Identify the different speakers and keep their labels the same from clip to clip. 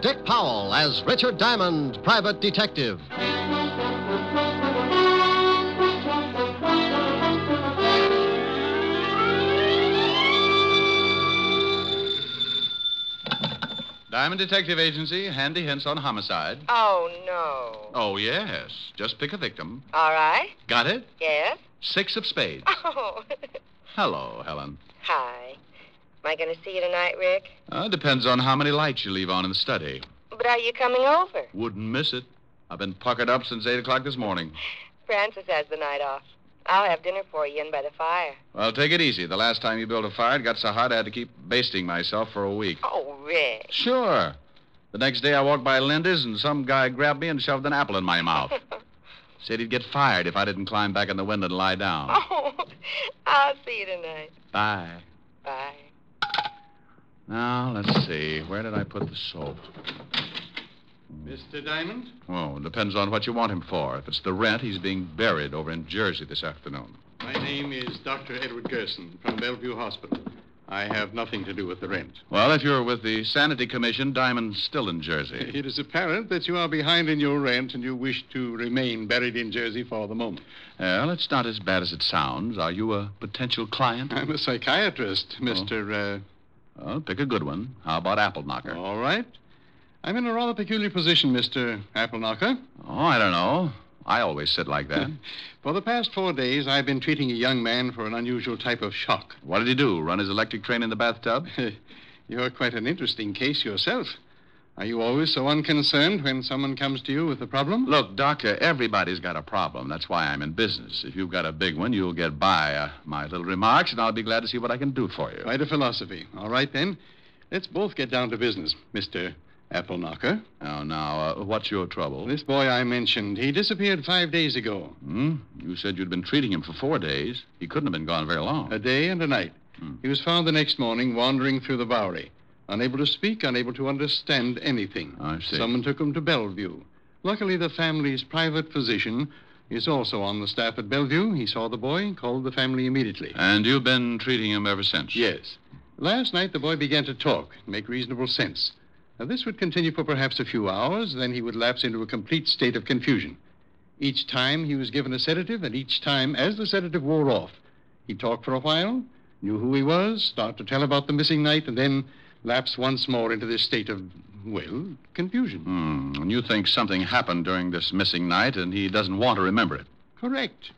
Speaker 1: Jack Powell as Richard Diamond, private detective.
Speaker 2: Diamond Detective Agency, handy hints on homicide.
Speaker 3: Oh, no.
Speaker 2: Oh, yes. Just pick a victim.
Speaker 3: All right.
Speaker 2: Got it?
Speaker 3: Yes?
Speaker 2: Six of spades.
Speaker 3: Oh.
Speaker 2: Hello, Helen.
Speaker 3: Hi. Am I going to see you tonight, Rick?
Speaker 2: Uh, depends on how many lights you leave on in the study.
Speaker 3: But are you coming over?
Speaker 2: Wouldn't miss it. I've been puckered up since 8 o'clock this morning.
Speaker 3: Francis has the night off. I'll have dinner for you in by the fire.
Speaker 2: Well, take it easy. The last time you built a fire, it got so hot I had to keep basting myself for a week.
Speaker 3: Oh, Rick.
Speaker 2: Sure. The next day I walked by Linda's and some guy grabbed me and shoved an apple in my mouth. Said he'd get fired if I didn't climb back in the window and lie down.
Speaker 3: Oh, I'll see you tonight.
Speaker 2: Bye.
Speaker 3: Bye.
Speaker 2: Now, let's see. Where did I put the soap?
Speaker 4: Mr. Diamond?
Speaker 2: Well, depends on what you want him for. If it's the rent, he's being buried over in Jersey this afternoon.
Speaker 4: My name is Dr. Edward Gerson from Bellevue Hospital. I have nothing to do with the rent.
Speaker 2: Well, if you're with the Sanity Commission, Diamond's still in Jersey.
Speaker 4: It is apparent that you are behind in your rent and you wish to remain buried in Jersey for the moment.
Speaker 2: Well, it's not as bad as it sounds. Are you a potential client?
Speaker 4: I'm a psychiatrist, uh, Mr.
Speaker 2: Well, pick a good one. How about Apple
Speaker 4: Uh,
Speaker 2: Knocker?
Speaker 4: all right. I'm in a rather peculiar position, Mr. Appleknocker.
Speaker 2: Oh, I don't know. I always sit like that.
Speaker 4: For the past four days, I've been treating a young man for an unusual type of shock.
Speaker 2: what did he do? Run his electric train in the bathtub?
Speaker 4: You're quite an interesting case yourself. Are you always so unconcerned when someone comes to you with a problem?
Speaker 2: Look, doctor, everybody's got a problem. That's why I'm in business. If you've got a big one, you'll get by uh, my little remarks, and I'll be glad to see what I can do for you.
Speaker 4: Quite a philosophy. All right, then. Let's both get down to business, Mr. Appleknocker.
Speaker 2: Now, now, uh, what's your trouble?
Speaker 4: This boy I mentioned, he disappeared five days ago.
Speaker 2: Hmm? You said you'd been treating him for four days. He couldn't have been gone very long.
Speaker 4: A day and a night.
Speaker 2: Hmm.
Speaker 4: He was found the next morning wandering through the Bowery, unable to speak, unable to understand anything.
Speaker 2: Ah, I see.
Speaker 4: Someone took him to Bellevue. Luckily, the family's private physician is also on the staff at Bellevue. He saw the boy, called the family immediately.
Speaker 2: And you've been treating him ever since?
Speaker 4: Yes. Last night, the boy began to talk, make reasonable sense. Now, this would continue for perhaps a few hours, then he would lapse into a complete state of confusion. Each time he was given a sedative, and each time, as the sedative wore off, he talked for a while, knew who he was, started to tell about the missing night, and then lapsed once more into this state of, well, confusion.
Speaker 2: Hmm. And you think something happened during this missing night, and he doesn't want to remember it?
Speaker 4: Correct.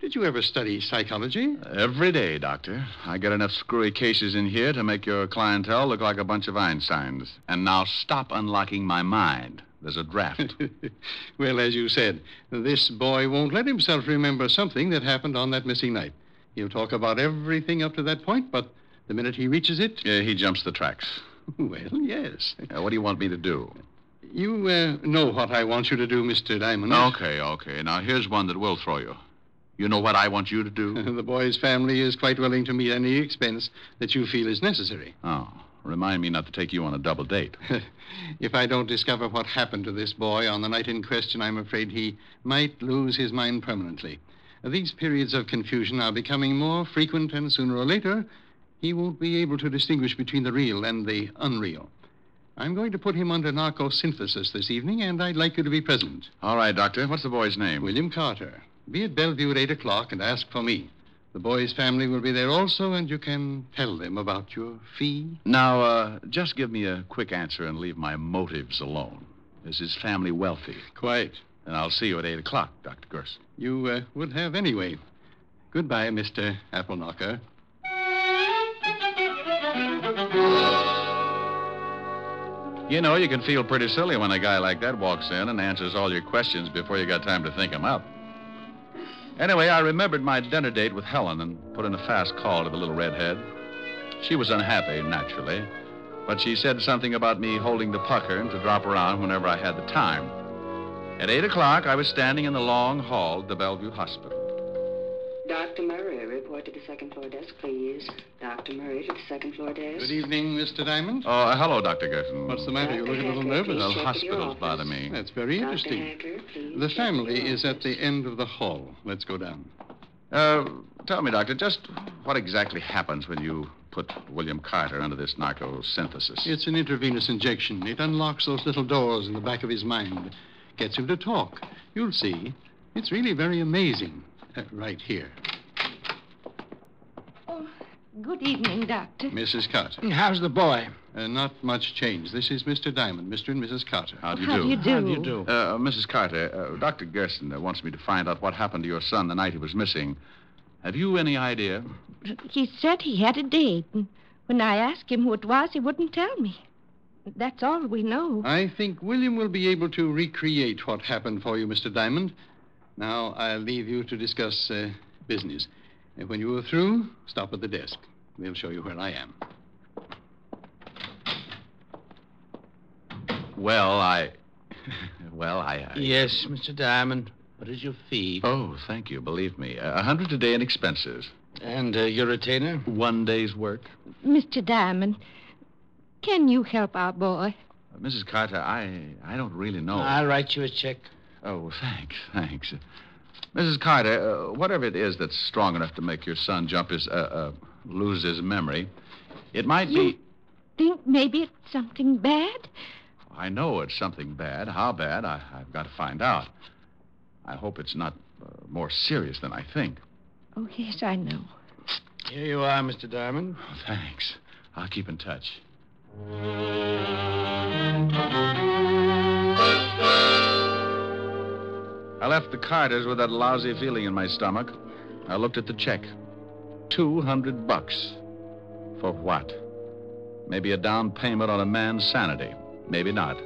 Speaker 4: Did you ever study psychology?
Speaker 2: Uh, Every day, Doctor. I get enough screwy cases in here to make your clientele look like a bunch of Einsteins. And now stop unlocking my mind. There's a draft.
Speaker 4: well, as you said, this boy won't let himself remember something that happened on that missing night. He'll talk about everything up to that point, but the minute he reaches it,
Speaker 2: yeah, he jumps the tracks.
Speaker 4: well, yes.
Speaker 2: Uh, what do you want me to do?
Speaker 4: You uh, know what I want you to do, Mr. Diamond.
Speaker 2: Okay, okay. Now, here's one that will throw you. You know what I want you to do?
Speaker 4: The boy's family is quite willing to meet any expense that you feel is necessary.
Speaker 2: Oh, remind me not to take you on a double date.
Speaker 4: if I don't discover what happened to this boy on the night in question, I'm afraid he might lose his mind permanently. These periods of confusion are becoming more frequent, and sooner or later, he won't be able to distinguish between the real and the unreal. I'm going to put him under narcosynthesis this evening, and I'd like you to be present.
Speaker 2: All right, Doctor. What's the boy's name?
Speaker 4: William Carter, be at Bellevue at 8 o'clock and ask for me. The boy's family will be there also, and you can tell them about your fee.
Speaker 2: Now, uh, just give me a quick answer and leave my motives alone. Is his family wealthy?
Speaker 4: Quite.
Speaker 2: And I'll see you at 8 o'clock, Dr. Gerson.
Speaker 4: You uh, would have anyway. Goodbye, Mr. Appleknocker.
Speaker 2: You know, you can feel pretty silly when a guy like that walks in and answers all your questions before you got time to think 'em up. Anyway, I remembered my dinner date with Helen and put in a fast call to the little redhead. She was unhappy, naturally, but she said something about me holding the pucker and to drop around whenever I had the time. At 8 o'clock, I was standing in the long hall at the Bellevue Hospital.
Speaker 5: Dr. Murray, report to the second floor desk, please. Dr. Murray to the second floor desk.
Speaker 4: Good evening, Mr. Diamond.
Speaker 2: Oh, uh, hello, Dr. Gerson.
Speaker 4: What's the matter? You're looking a little
Speaker 2: Well,
Speaker 4: nervous.
Speaker 5: Check with your
Speaker 2: hospitals
Speaker 5: office.
Speaker 2: bother me.
Speaker 4: That's very
Speaker 5: Dr.
Speaker 4: interesting.
Speaker 5: Hacker, please
Speaker 4: The
Speaker 5: check
Speaker 4: family
Speaker 5: your
Speaker 4: is at the
Speaker 5: office.
Speaker 4: end of the hall. Let's go down.
Speaker 2: Uh, tell me, Doctor, just what exactly happens when you put William Carter under this narco synthesis?
Speaker 4: It's an intravenous injection. It unlocks those little doors in the back of his mind, gets him to talk. You'll see. It's really very amazing. Uh, right here.
Speaker 6: Oh, good evening, Doctor.
Speaker 4: Mrs. Carter.
Speaker 7: How's the boy?
Speaker 4: Uh, not much change. This is Mr. Diamond, Mr. and Mrs. Carter.
Speaker 2: How do you
Speaker 6: How
Speaker 2: do?
Speaker 6: do you do?
Speaker 7: How do you do?
Speaker 2: Uh, Mrs. Carter, uh, Dr. Gerson uh, wants me to find out what happened to your son the night he was missing. Have you any idea?
Speaker 6: He said he had a date, and when I asked him who it was, he wouldn't tell me. That's all we know.
Speaker 4: I think William will be able to recreate what happened for you, Mr. Diamond. Now, I'll leave you to discuss uh, business. And when you are through, stop at the desk. We'll show you where I am.
Speaker 2: Well, I. well, I. I...
Speaker 7: Yes, Mr. Diamond. What is your fee?
Speaker 2: Oh, thank you. Believe me. A hundred a day in expenses.
Speaker 7: And uh, your retainer?
Speaker 2: One day's work.
Speaker 6: Mr. Diamond, can you help our boy?
Speaker 2: Uh, Mrs. Carter, I. I don't really know.
Speaker 7: I'll write you a check.
Speaker 2: Oh, thanks, thanks. Mrs. Carter, uh, whatever it is that's strong enough to make your son jump his. Uh, uh, lose his memory, it might
Speaker 6: You
Speaker 2: be.
Speaker 6: think maybe it's something bad?
Speaker 2: I know it's something bad. How bad? I, I've got to find out. I hope it's not uh, more serious than I think.
Speaker 6: Oh, yes, I know.
Speaker 7: Here you are, Mr. Diamond.
Speaker 2: Oh, thanks. I'll keep in touch. I left the Carters with that lousy feeling in my stomach. I looked at the check. Two hundred bucks. For what? Maybe a down payment on a man's sanity. Maybe not.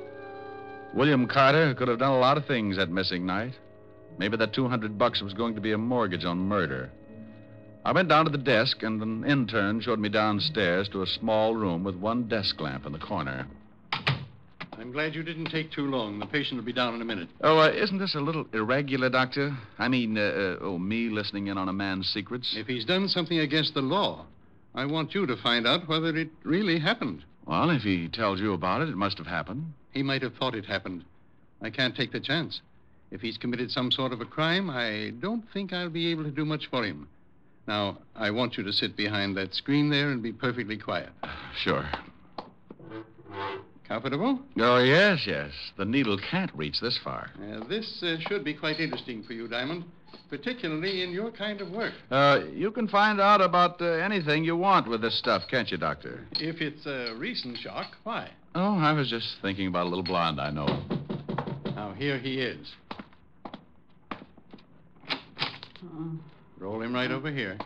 Speaker 2: William Carter could have done a lot of things that missing night. Maybe that 200 bucks was going to be a mortgage on murder. I went down to the desk, and an intern showed me downstairs to a small room with one desk lamp in the corner.
Speaker 4: I'm glad you didn't take too long. The patient will be down in a minute.
Speaker 2: Oh, uh, isn't this a little irregular, Doctor? I mean, uh, uh, oh, me listening in on a man's secrets?
Speaker 4: If he's done something against the law, I want you to find out whether it really happened.
Speaker 2: Well, if he tells you about it, it must have happened.
Speaker 4: He might have thought it happened. I can't take the chance. If he's committed some sort of a crime, I don't think I'll be able to do much for him. Now, I want you to sit behind that screen there and be perfectly quiet.
Speaker 2: Sure.
Speaker 4: Comfortable?
Speaker 2: Oh, yes, yes. The needle can't reach this far.
Speaker 4: Uh, this uh, should be quite interesting for you, Diamond, particularly in your kind of work.
Speaker 2: Uh, you can find out about uh, anything you want with this stuff, can't you, Doctor?
Speaker 4: If it's a recent shock, why?
Speaker 2: Oh, I was just thinking about a little blonde I know.
Speaker 4: Now, here he is. Roll him right over here.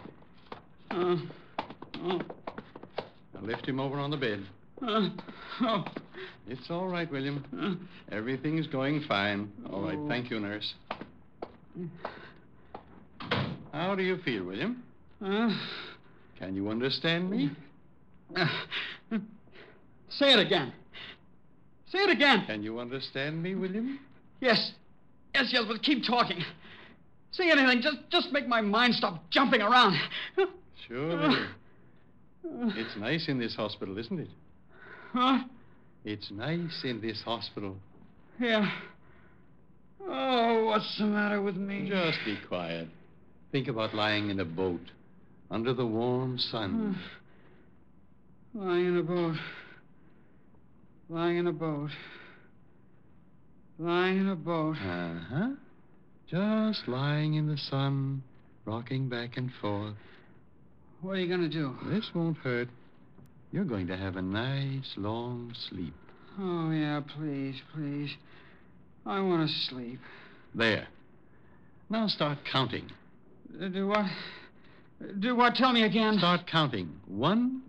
Speaker 5: Oh. Oh.
Speaker 4: Now lift him over on the bed.
Speaker 5: Oh. Oh.
Speaker 4: It's all right, William.
Speaker 5: Oh.
Speaker 4: Everything's going fine. All right,
Speaker 5: Oh.
Speaker 4: thank you, nurse. How do you feel, William?
Speaker 5: uh,
Speaker 4: Can you understand me?
Speaker 5: Say it again. Say it again.
Speaker 4: Can you understand me, William?
Speaker 5: Yes. Yes, yes, but keep talking. Say anything. Just just make my mind stop jumping around.
Speaker 4: Sure, William. It's nice in this hospital, isn't it?
Speaker 5: Huh?
Speaker 4: It's nice in this hospital.
Speaker 5: Yeah. Oh, what's the matter with me?
Speaker 4: Just be quiet. Think about lying in a boat under the warm sun.
Speaker 5: Lying in a boat. Lying in a boat. Lying in a boat.
Speaker 4: Uh huh.
Speaker 5: Hmm.
Speaker 4: Just lying in the sun, rocking back and forth.
Speaker 5: What are you going to do?
Speaker 4: This won't hurt. You're going to have a nice long sleep.
Speaker 5: Oh, yeah, please, please. I want to sleep.
Speaker 4: There. Now start counting.
Speaker 5: Uh, Do what? Do what? Tell me again.
Speaker 4: Start counting. One,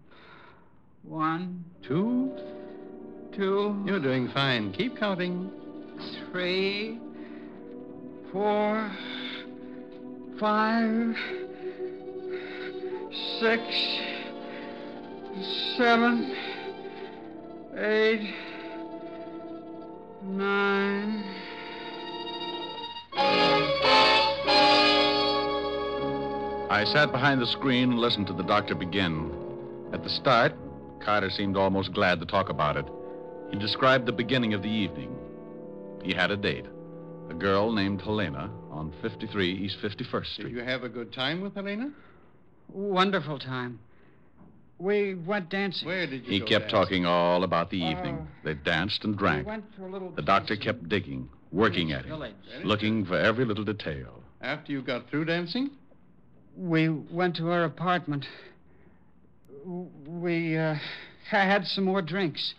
Speaker 5: One,
Speaker 4: two.
Speaker 5: two,
Speaker 4: You're doing fine. Keep counting.
Speaker 5: three, four, five, six, seven, eight, nine.
Speaker 2: I sat behind the screen and listened to the doctor begin. At the start, Carter seemed almost glad to talk about it. He described the beginning of the evening. He had a date, a girl named Helena on 53 East 51st
Speaker 4: Did
Speaker 2: Street.
Speaker 4: you have a good time with Helena?
Speaker 5: Wonderful time.
Speaker 8: We went dancing.
Speaker 4: Where did you
Speaker 2: He
Speaker 4: go
Speaker 2: kept
Speaker 4: dancing?
Speaker 2: talking all about the evening.
Speaker 8: Oh.
Speaker 2: They danced and
Speaker 8: We
Speaker 2: drank.
Speaker 8: went to a little
Speaker 2: The doctor
Speaker 8: place
Speaker 2: kept digging, working at him,
Speaker 8: village.
Speaker 2: looking for every little detail.
Speaker 4: After you got through dancing?
Speaker 8: We went to her apartment. W- We uh, ha- had some more drinks.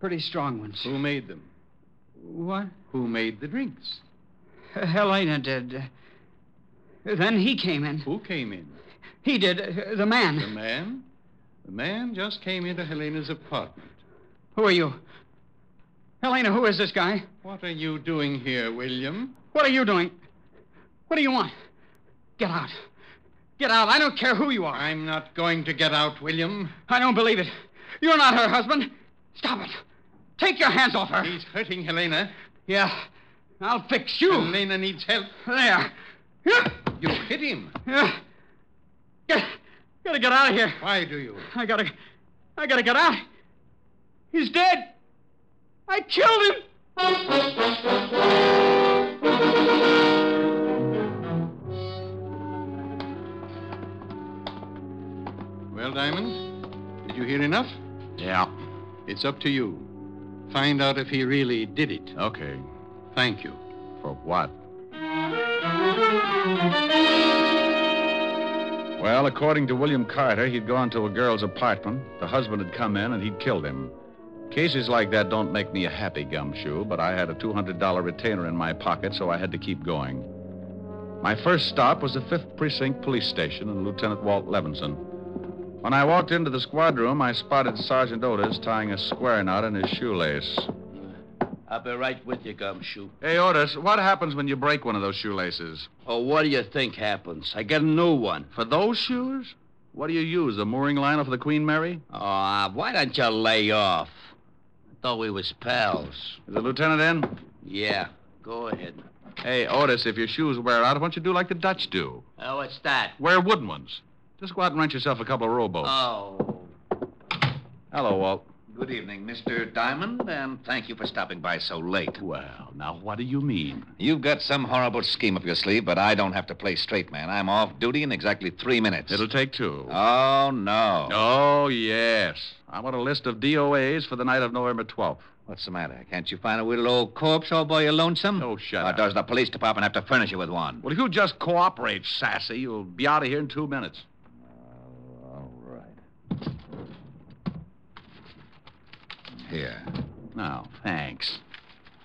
Speaker 8: Pretty strong ones.
Speaker 4: Who made them?
Speaker 8: What?
Speaker 4: Who made the drinks?
Speaker 8: Helena did. Then he came in.
Speaker 4: Who came in?
Speaker 8: He did. uh, The man.
Speaker 4: The man? The man just came into Helena's apartment.
Speaker 8: Who are you? Helena, who is this guy?
Speaker 4: What are you doing here, William?
Speaker 8: What are you doing? What do you want? Get out. Get out. I don't care who you are.
Speaker 4: I'm not going to get out, William.
Speaker 8: I don't believe it. You're not her husband. Stop it. Take your hands off her.
Speaker 4: He's hurting Helena.
Speaker 8: Yeah. I'll fix you.
Speaker 4: Helena needs help.
Speaker 8: There. Yeah.
Speaker 4: You hit him.
Speaker 8: Yeah. Get, gotta get out of here.
Speaker 4: Why do you?
Speaker 8: I gotta. I gotta get out. He's dead. I killed him.
Speaker 4: Well, Diamond, did you hear enough?
Speaker 2: Yeah.
Speaker 4: It's up to you. Find out if he really did it.
Speaker 2: Okay.
Speaker 4: Thank you.
Speaker 2: For what? Well, according to William Carter, he'd gone to a girl's apartment. The husband had come in and he'd killed him. Cases like that don't make me a happy gumshoe, but I had a $200 retainer in my pocket, so I had to keep going. My first stop was the 5th Precinct Police Station and Lieutenant Walt Levinson. When I walked into the squad room, I spotted Sergeant Otis tying a square knot in his shoelace.
Speaker 7: I'll be right with you, Gumshoe.
Speaker 2: Hey, Otis, what happens when you break one of those shoelaces?
Speaker 7: Oh, what do you think happens? I get a new one.
Speaker 2: For those shoes? What do you use, the mooring line off of the Queen Mary?
Speaker 7: Aw, Oh, uh, why don't you lay off? I thought we was pals.
Speaker 2: Is the lieutenant in?
Speaker 7: Yeah, go ahead.
Speaker 2: Hey, Otis, if your shoes wear out, why don't you do like the Dutch do?
Speaker 7: Oh, what's that?
Speaker 2: Wear wooden ones. Just go out and rent yourself a couple of rowboats.
Speaker 7: Oh.
Speaker 2: Hello, Walt.
Speaker 9: Good evening, Mr. Diamond, and thank you for stopping by so late.
Speaker 2: Well, now what do you mean?
Speaker 9: You've got some horrible scheme up your sleeve, but I don't have to play straight man. I'm off duty in exactly three minutes.
Speaker 2: It'll take two.
Speaker 9: Oh, no.
Speaker 2: Oh, yes. I want a list of DOAs for the night of November 12th.
Speaker 9: What's the matter? Can't you find a little old corpse all by your lonesome?
Speaker 2: Oh, shut
Speaker 9: Or
Speaker 2: up.
Speaker 9: does the police department have to furnish you with one?
Speaker 2: Well, if you just cooperate, Sassy, you'll be out of here in two minutes.
Speaker 9: All right. Here.
Speaker 2: No, thanks.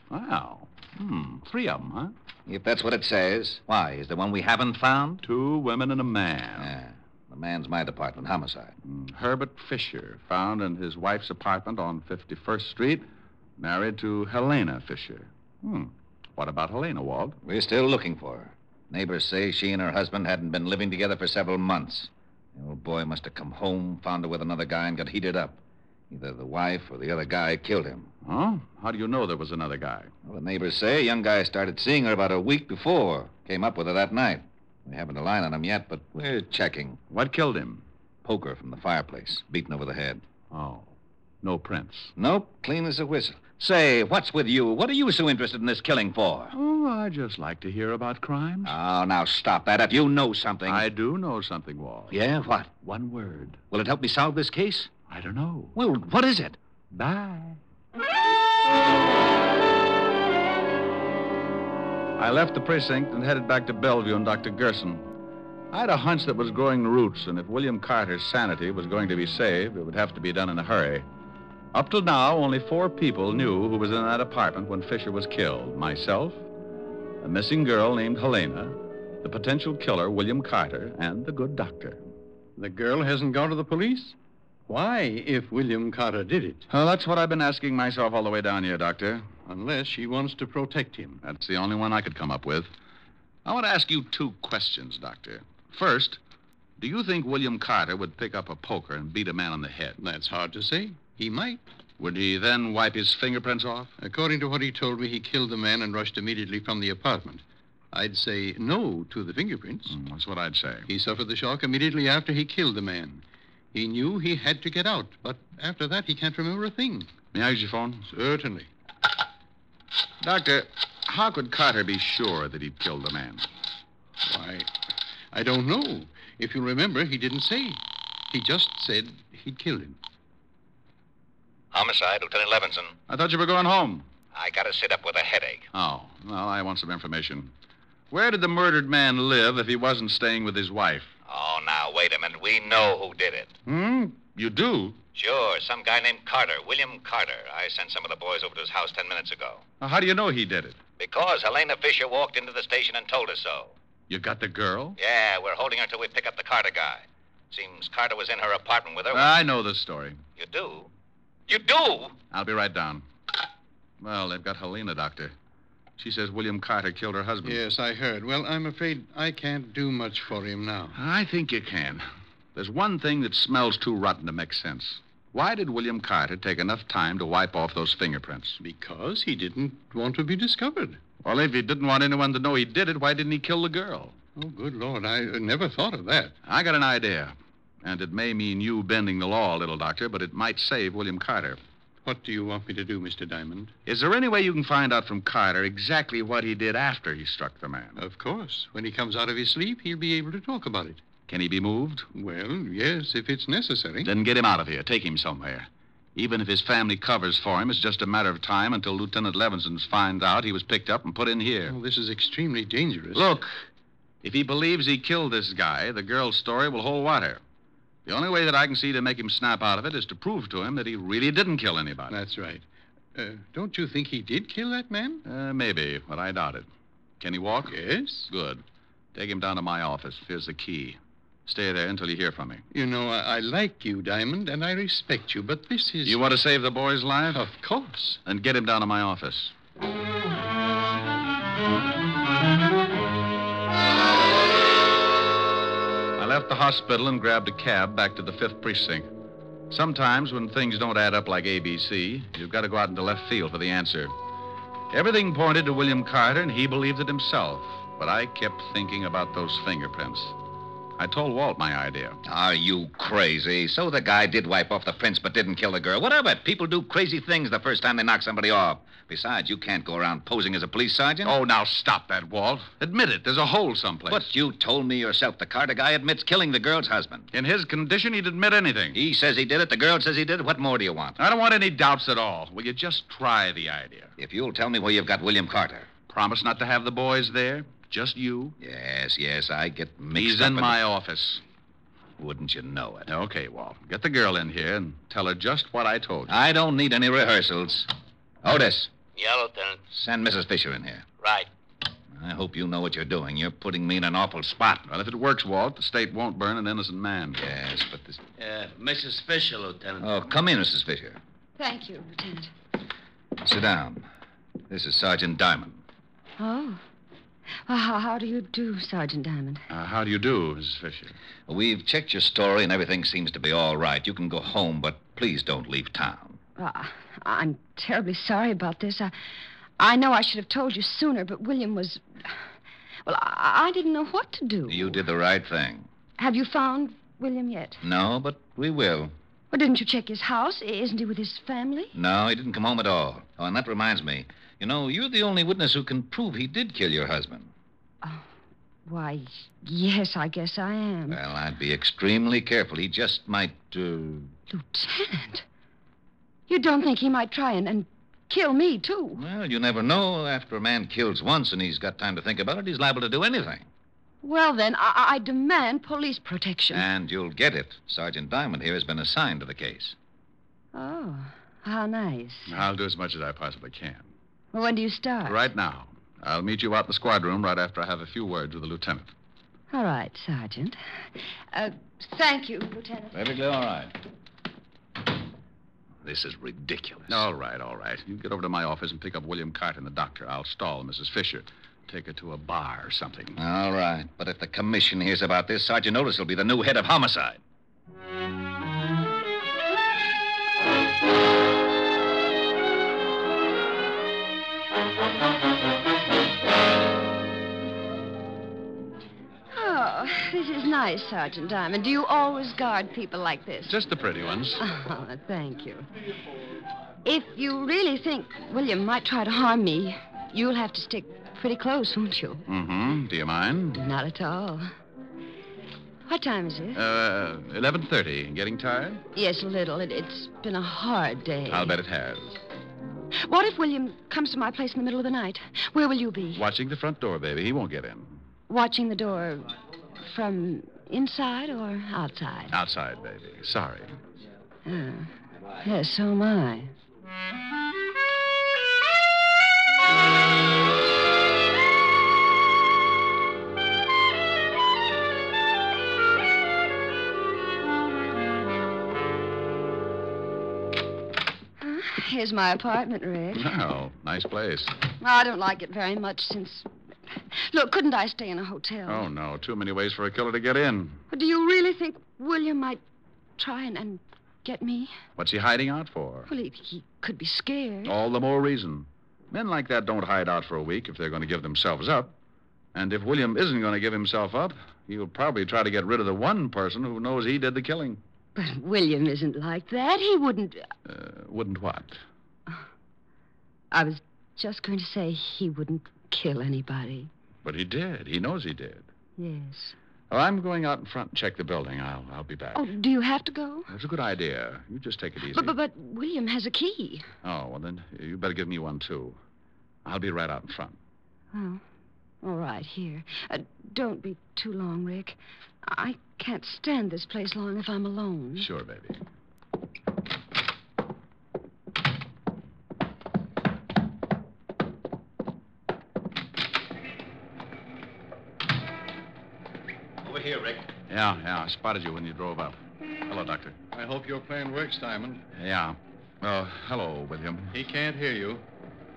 Speaker 2: Wow. Hmm, three of them, huh?
Speaker 9: If that's what it says, why? Is there one we haven't found?
Speaker 2: Two women and a man.
Speaker 9: Yeah. The man's my department, homicide.
Speaker 2: Mm, Herbert Fisher, found in his wife's apartment on 51st Street, married to Helena Fisher. Hmm. What about Helena, Walt?
Speaker 9: We're still looking for her. Neighbors say she and her husband hadn't been living together for several months. The old boy must have come home, found her with another guy, and got heated up. Either the wife or the other guy killed him.
Speaker 2: Huh? How do you
Speaker 4: Oh,
Speaker 2: know there was another guy?
Speaker 9: Well, the neighbors say a young guy started seeing her about a week before, came up with her that night. We haven't a line on him yet, but we're checking.
Speaker 2: What killed him?
Speaker 9: Poker from the fireplace, beaten over the head.
Speaker 2: Oh, no prints.
Speaker 9: Nope, clean as a whistle. Say, what's with you? What are you so interested in this killing for?
Speaker 2: Oh, I just like to hear about crimes.
Speaker 9: Oh, now stop that. If you know something.
Speaker 2: I do know something, Walt.
Speaker 9: Yeah, what?
Speaker 2: One word.
Speaker 9: Will it help me solve this case?
Speaker 2: I don't know.
Speaker 9: Well, what is it?
Speaker 2: Bye. I left the precinct and headed back to Bellevue and Dr. Gerson. I had a hunch that was growing roots, and if William Carter's sanity was going to be saved, it would have to be done in a hurry. Up till now, only four people knew who was in that apartment when Fisher was killed myself, a missing girl named Helena, the potential killer, William Carter, and the good doctor.
Speaker 4: The girl hasn't gone to the police? Why, if William Carter did it?
Speaker 2: Well, that's what I've been asking myself all the way down here, Doctor.
Speaker 4: Unless she wants to protect him.
Speaker 2: That's the only one I could come up with. I want to ask you two questions, Doctor. First, do you think William Carter would pick up a poker and beat a man on the head?
Speaker 4: That's hard to say. He might.
Speaker 2: Would he then wipe his fingerprints off?
Speaker 4: According to what he told me, he killed the man and rushed immediately from the apartment. I'd say no to the fingerprints.
Speaker 9: Hmm.
Speaker 2: Mm, that's what I'd say.
Speaker 4: He suffered the shock immediately after he killed the man. He knew he had to get out, but after that, he can't remember a thing.
Speaker 2: May I use your phone?
Speaker 4: Certainly.
Speaker 2: Doctor, how could Carter be sure that he'd killed the man?
Speaker 4: Why, I don't know. If you remember, he didn't say. He just said he'd killed him.
Speaker 9: Homicide, Lieutenant Levinson.
Speaker 2: I thought you were going home.
Speaker 9: I gotta sit up with a headache.
Speaker 2: Oh, well, I want some information. Where did the murdered man live if he wasn't staying with his wife?
Speaker 9: Oh, now, wait a minute. We know who did it.
Speaker 2: Hmm? You do?
Speaker 9: Sure, some guy named Carter, William Carter. I sent some of the boys over to his house ten minutes ago.
Speaker 2: Now, How do you know he did it?
Speaker 9: Because Helena Fisher walked into the station and told us so.
Speaker 2: You got the girl?
Speaker 9: Yeah, we're holding her till we pick up the Carter guy. Seems Carter was in her apartment with her. when-
Speaker 2: I know the story.
Speaker 9: You do? You do?
Speaker 2: I'll be right down. Well, they've got Helena, Doctor. She says William Carter killed her husband.
Speaker 4: Yes, I heard. Well, I'm afraid I can't do much for him now.
Speaker 2: I think you can. There's one thing that smells too rotten to make sense. Why did William Carter take enough time to wipe off those fingerprints?
Speaker 4: Because he didn't want to be discovered.
Speaker 2: Well, if he didn't want anyone to know he did it, why didn't he kill the girl?
Speaker 4: Oh, good Lord, I uh, never thought of that.
Speaker 2: I got an idea. And it may mean you bending the law a little, Doctor, but it might save William Carter.
Speaker 4: What do you want me to do, Mr. Diamond?
Speaker 2: Is there any way you can find out from Carter exactly what he did after he struck the man?
Speaker 4: Of course. When he comes out of his sleep, he'll be able to talk about it.
Speaker 2: Can he be moved?
Speaker 4: Well, yes, if it's necessary.
Speaker 2: Then get him out of here. Take him somewhere. Even if his family covers for him, it's just a matter of time until Lieutenant Levinson finds out he was picked up and put in here.
Speaker 4: Oh, this is extremely dangerous.
Speaker 2: Look, if he believes he killed this guy, the girl's story will hold water. The only way that I can see to make him snap out of it is to prove to him that he really didn't kill anybody.
Speaker 4: That's right. Uh, don't you think he did kill that man?
Speaker 2: Uh, maybe, but I doubt it. Can he walk?
Speaker 4: Yes.
Speaker 2: Good. Take him down to my office. Here's the key. Stay there until you hear from me.
Speaker 4: You know, I, I like you, Diamond, and I respect you, but this is.
Speaker 2: You want to save the boy's life?
Speaker 4: Of course.
Speaker 2: Then get him down to my office. I left the hospital and grabbed a cab back to the 5th Precinct. Sometimes, when things don't add up like ABC, you've got to go out into left field for the answer. Everything pointed to William Carter, and he believed it himself. But I kept thinking about those fingerprints. I told Walt my idea.
Speaker 9: Are you crazy? So the guy did wipe off the prints but didn't kill the girl. What of it? People do crazy things the first time they knock somebody off. Besides, you can't go around posing as a police sergeant.
Speaker 2: Oh, now stop that, Walt. Admit it. There's a hole someplace.
Speaker 9: But you told me yourself the Carter guy admits killing the girl's husband.
Speaker 2: in his condition, he'd admit anything.
Speaker 9: He says he did it. The girl says he did it. What more do you want?
Speaker 2: I don't want any doubts at all. Will you just try the idea?
Speaker 9: If you'll tell me where you've got William Carter.
Speaker 2: Promise not to have the boys there? Just you?
Speaker 9: Yes, yes, I get mixed
Speaker 2: He's
Speaker 9: up
Speaker 2: in my office.
Speaker 9: Wouldn't you know it?
Speaker 2: Okay, Walt. Get the girl in here and tell her just what I told you.
Speaker 9: I don't need any rehearsals. Otis,
Speaker 7: Yeah, Lieutenant.
Speaker 9: send Mrs. Fisher in here.
Speaker 7: Right.
Speaker 9: I hope you know what you're doing. You're putting me in an awful spot.
Speaker 2: Well, if it works, Walt, the state won't burn an innocent man.
Speaker 9: Yes, but this.
Speaker 7: Uh, Mrs. Fisher, Lieutenant.
Speaker 9: Oh, come in, Mrs. Fisher.
Speaker 6: Thank you, Lieutenant.
Speaker 9: Sit down. This is Sergeant Diamond.
Speaker 6: Oh. Well, how, Ah, how do you do, Sergeant Diamond?
Speaker 2: Uh, how do you do, Mrs. Fisher?
Speaker 9: We've checked your story, and everything seems to be all right. You can go home, but please don't leave town.
Speaker 6: Well, I- Ah, I'm terribly sorry about this. I, I know I should have told you sooner, but William was. Well, I, I didn't know what to do.
Speaker 9: You did the right thing.
Speaker 6: Have you found William yet?
Speaker 9: No, but we will.
Speaker 6: Well, didn't you check his house? I- Isn't he with his family?
Speaker 9: No, he didn't come home at all. Oh, and that reminds me. You know, you're the only witness who can prove he did kill your husband.
Speaker 6: Why, yes, I guess I am.
Speaker 9: Well, I'd be extremely careful. He just might. Uh...
Speaker 6: Lieutenant? You don't think he might try and, and kill me, too?
Speaker 9: Well, you never know. After a man kills once and he's got time to think about it, he's liable to do anything.
Speaker 6: Well, then, I, I demand police protection.
Speaker 9: And you'll get it. Sergeant Diamond here has been assigned to the case.
Speaker 6: Oh, how nice.
Speaker 2: I'll do as much as I possibly can.
Speaker 6: Well, when do you start?
Speaker 2: Right now. I'll meet you out in the squad room right after I have a few words with the lieutenant.
Speaker 6: All right, Sergeant. Uh, thank you, Lieutenant.
Speaker 9: Perfectly all right. This is ridiculous.
Speaker 2: All right, all right. You get over to my office and pick up William Carter and the doctor. I'll stall Mrs. Fisher. Take her to a bar or something.
Speaker 9: All right. But if the commission hears about this, Sergeant Otis will be the new head of homicide.
Speaker 6: Oh, this is nice, Sergeant Diamond. Do you always guard people like this?
Speaker 2: Just the pretty ones.
Speaker 6: Oh, thank you. If you really think William might try to harm me, you'll have to stick pretty close, won't you?
Speaker 2: Mm-hmm. Do you mind?
Speaker 6: Not at all. What time is it?
Speaker 2: Uh, 11.30. Getting tired?
Speaker 6: Yes, a little. It, it's been a hard day.
Speaker 2: I'll bet it has.
Speaker 6: What if William comes to my place in the middle of the night? Where will you be?
Speaker 2: Watching the front door, baby. He won't get in.
Speaker 6: Watching the door from inside or outside?
Speaker 2: Outside, baby. Sorry. Uh.
Speaker 6: Ah. yes, so am I.
Speaker 2: Uh.
Speaker 6: Huh? Here's my apartment, Rick.
Speaker 2: Wow, nice place.
Speaker 6: I don't like it very much since. Look, couldn't I stay in a hotel?
Speaker 2: Oh, no. Too many ways for a killer to get in.
Speaker 6: Do you really think William might try and, and get me?
Speaker 2: What's he hiding out for?
Speaker 6: Well, he, he could be scared.
Speaker 2: All the more reason. Men like that don't hide out for a week if they're going to give themselves up. And if William isn't going to give himself up, he'll probably try to get rid of the one person who knows he did the killing.
Speaker 6: But William isn't like that. He wouldn't.
Speaker 2: Uh, wouldn't what?
Speaker 6: I was just going to say he wouldn't kill anybody.
Speaker 2: But he did. He knows he did.
Speaker 6: Yes.
Speaker 2: Oh, I'm going out in front and check the building. I'll, I'll be back.
Speaker 6: Oh, do you have to go?
Speaker 2: That's a good idea. You just take it easy.
Speaker 6: But, but, but William has a key.
Speaker 2: Oh, well, then you better give me one, too. I'll be right out in front.
Speaker 6: Oh, all right, here. Uh, don't be too long, Rick. I can't stand this place long if I'm alone.
Speaker 2: Sure, baby.
Speaker 9: Over here, Rick.
Speaker 2: Yeah, yeah. I spotted you when you drove up. Hello, Doctor.
Speaker 4: I hope your plan works, Diamond.
Speaker 2: Yeah. Uh, hello, William.
Speaker 4: He can't hear you.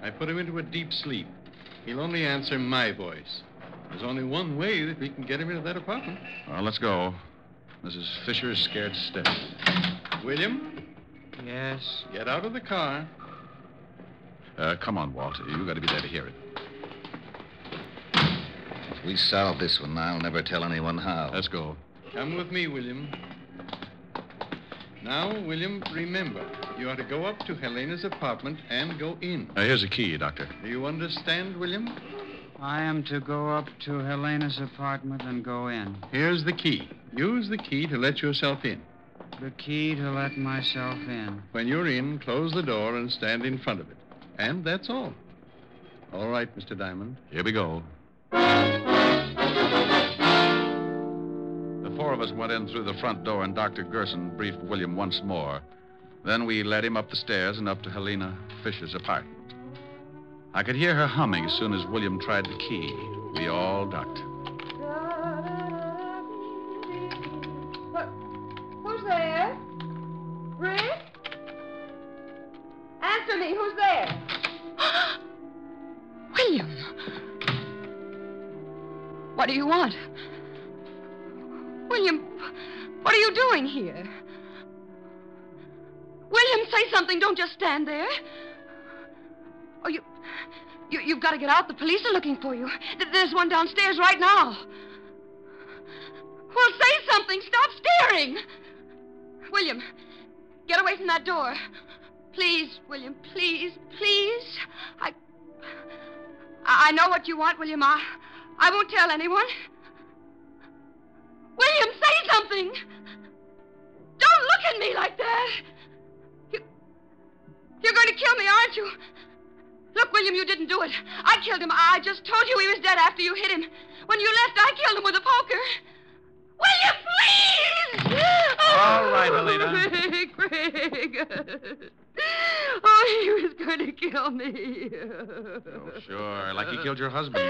Speaker 4: I put him into a deep sleep. He'll only answer my voice. There's only one way that we can get him into that apartment.
Speaker 2: Well, Uh, let's go. Mrs. Fisher is scared stiff.
Speaker 4: William,
Speaker 7: Yes.
Speaker 4: get out of the car.
Speaker 2: Uh, come on, Walter. You got to be there to hear it.
Speaker 9: If we solve this one, I'll never tell anyone how.
Speaker 2: Let's go.
Speaker 4: Come with me, William. Now, William, remember, you are to go up to Helena's apartment and go in.
Speaker 2: Uh, here's a key, Doctor.
Speaker 4: Do you understand, William?
Speaker 8: I am to go up to Helena's apartment and go in.
Speaker 4: Here's the key. Use the key to let yourself in.
Speaker 8: The key to let myself in.
Speaker 4: When you're in, close the door and stand in front of it. And that's all. All right, Mr. Diamond.
Speaker 2: Here we go. The four of us went in through the front door, and Dr. Gerson briefed William once more. Then we led him up the stairs and up to Helena Fisher's apartment. I could hear her humming as soon as William tried the key. We all ducked.
Speaker 6: What? Who's there? Rick? Answer me. Who's there? William. What do you want? William, what are you doing here? William, say something. Don't just stand there. Oh, you. you you've got to get out. The police are looking for you. Th- There's one downstairs right now. Well, say something. Stop staring. William, get away from that door. Please, William, please, please. I. I I know what you want, William. I, I won't tell anyone. William, say something. Don't look at me like that. You, you're going to kill me, aren't you? Look, William, you didn't do it. I killed him. I I just told you he was dead after you hit him. When you left, I killed him with a poker. William, please!
Speaker 2: All right, Helena.
Speaker 6: Greg, Greg. Oh, he was going to kill me.
Speaker 2: Oh, sure. Like he killed your husband.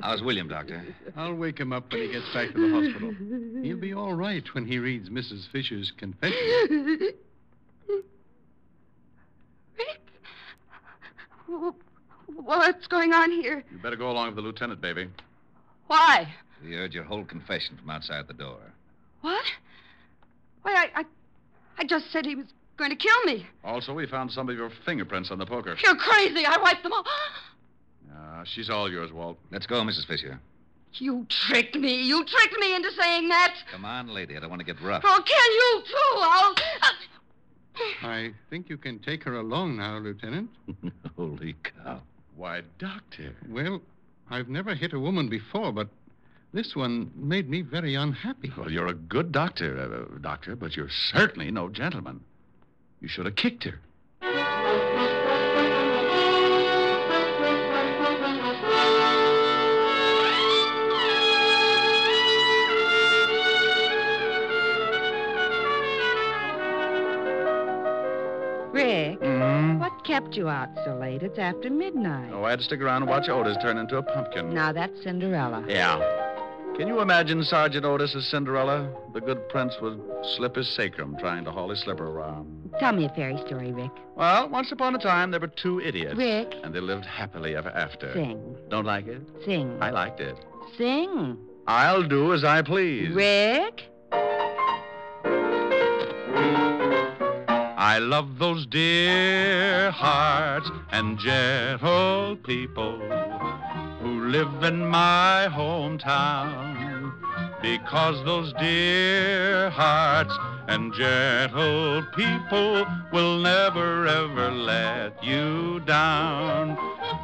Speaker 9: How's William, Doctor?
Speaker 4: I'll wake him up when he gets back to the hospital. He'll be all right when he reads Mrs. Fisher's confession.
Speaker 6: Rick? W- What's going on here?
Speaker 2: You better go along with the lieutenant, baby.
Speaker 6: Why?
Speaker 9: We heard your whole confession from outside the door.
Speaker 6: What? Why, I, I, I just said he was going to kill me.
Speaker 2: Also, we found some of your fingerprints on the poker.
Speaker 6: You're crazy. I wiped them all.
Speaker 2: Ah, she's all yours, Walt.
Speaker 9: Let's go, Mrs. Fisher.
Speaker 6: You tricked me. You tricked me into saying that.
Speaker 9: Come on, lady. I don't want to get rough.
Speaker 6: I'll kill you, too. I'll.
Speaker 4: I think you can take her along now, Lieutenant.
Speaker 6: Oh.
Speaker 9: Holy cow.
Speaker 2: Why, Doctor.
Speaker 4: Well, I've never hit a woman before, but
Speaker 10: This one made me very unhappy.
Speaker 2: Well, you're a good doctor, uh, doctor, but you're certainly no gentleman. You should have kicked her.
Speaker 6: Rick,
Speaker 2: Mm-hmm.
Speaker 6: what kept you out so late? It's after midnight.
Speaker 2: Oh, I'd stick around and watch Otis turn into a pumpkin.
Speaker 6: Now that's Cinderella.
Speaker 2: Yeah. Can you imagine Sergeant Otis as Cinderella? The good prince would slip his sacrum trying to haul his slipper around.
Speaker 6: Tell me a fairy story, Rick.
Speaker 2: Well, once upon a time, there were two idiots.
Speaker 6: Rick,
Speaker 2: And they lived happily ever after.
Speaker 6: sing,
Speaker 2: Don't like it?
Speaker 6: sing,
Speaker 2: I liked it.
Speaker 6: sing.
Speaker 2: I'll do as I please.
Speaker 6: Rick,
Speaker 2: I love those dear hearts and gentle people who live in my hometown because those dear hearts and gentle people will never ever let you down.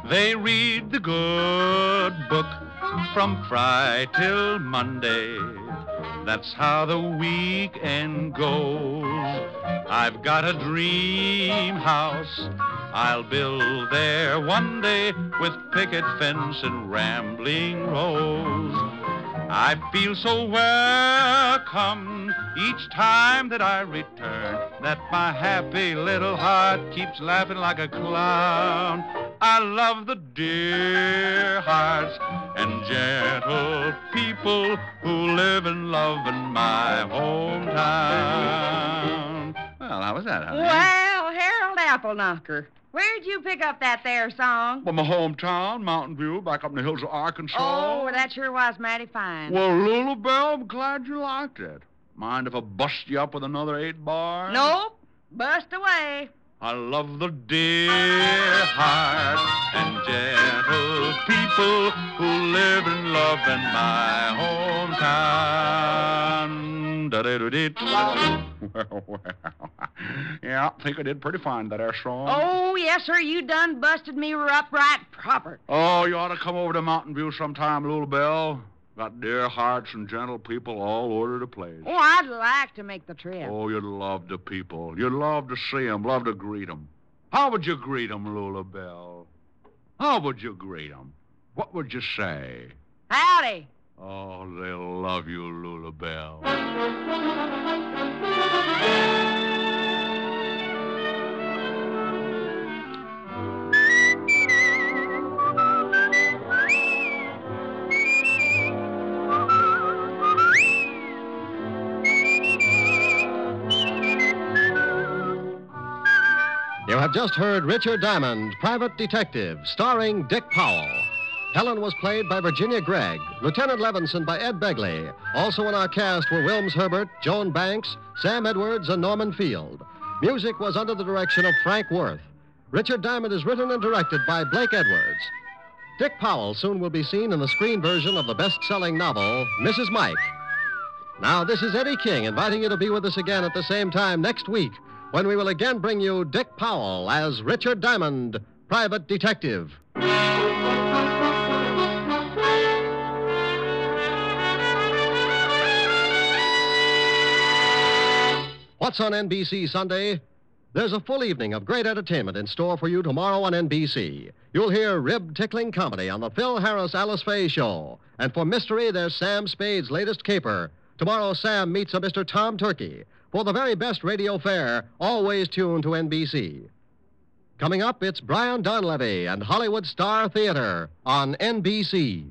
Speaker 2: They read the good book from Friday till Monday. That's how the weekend goes. I've got a dream house I'll build there one day with picket fence and rambling rose. I feel so welcome each time that I return that my happy little heart keeps laughing like a clown. I love the dear hearts and gentle people who live and love in my hometown. Well, how was that, honey?
Speaker 6: well, Harold Appleknocker, where'd you pick up that there song?
Speaker 2: Well, my hometown, Mountain View, back up in the hills of Arkansas.
Speaker 6: Oh, that sure was mighty fine.
Speaker 2: Well, Lulu Bell, I'm glad you liked it. Mind if I bust you up with another eight bars?
Speaker 6: Nope, bust away.
Speaker 2: I love the dear heart and gentle people who live and love in my hometown. Da-da-da-dee. Well, well. Yeah, I think I did pretty fine that air song.
Speaker 6: Oh, yes, sir, you done busted me up right proper.
Speaker 2: Oh, you ought to come over to Mountain View sometime, Lulu Bell. Got dear hearts and gentle people all over the place.
Speaker 6: Oh, I'd like to make the trip.
Speaker 2: Oh, you'd love the people. You'd love to see 'em, love to greet 'em. How would you greet 'em, Lula Bell? How would you greet 'em? What would you say?
Speaker 6: Howdy.
Speaker 2: Oh, they'll love you, Lula Bell.
Speaker 4: You have just heard Richard Diamond, Private Detective, starring Dick Powell. Helen was played by Virginia Gregg, Lieutenant Levinson by Ed Begley. Also in our cast were Wilms Herbert, Joan Banks, Sam Edwards, and Norman Field. Music was under the direction of Frank Worth. Richard Diamond is written and directed by Blake Edwards. Dick Powell soon will be seen in the screen version of the best selling novel, Mrs. Mike. Now, this is Eddie King inviting you to be with us again at the same time next week when we will again bring you Dick Powell as Richard Diamond, private detective. What's on NBC Sunday? There's a full evening of great entertainment in store for you tomorrow on NBC. You'll hear rib tickling comedy on the Phil Harris Alice Faye Show. And for mystery, there's Sam Spade's latest caper. Tomorrow, Sam meets a Mr. Tom Turkey. For the very best radio fare, always tune to NBC. Coming up, it's Brian Donlevy and Hollywood Star Theater on NBC.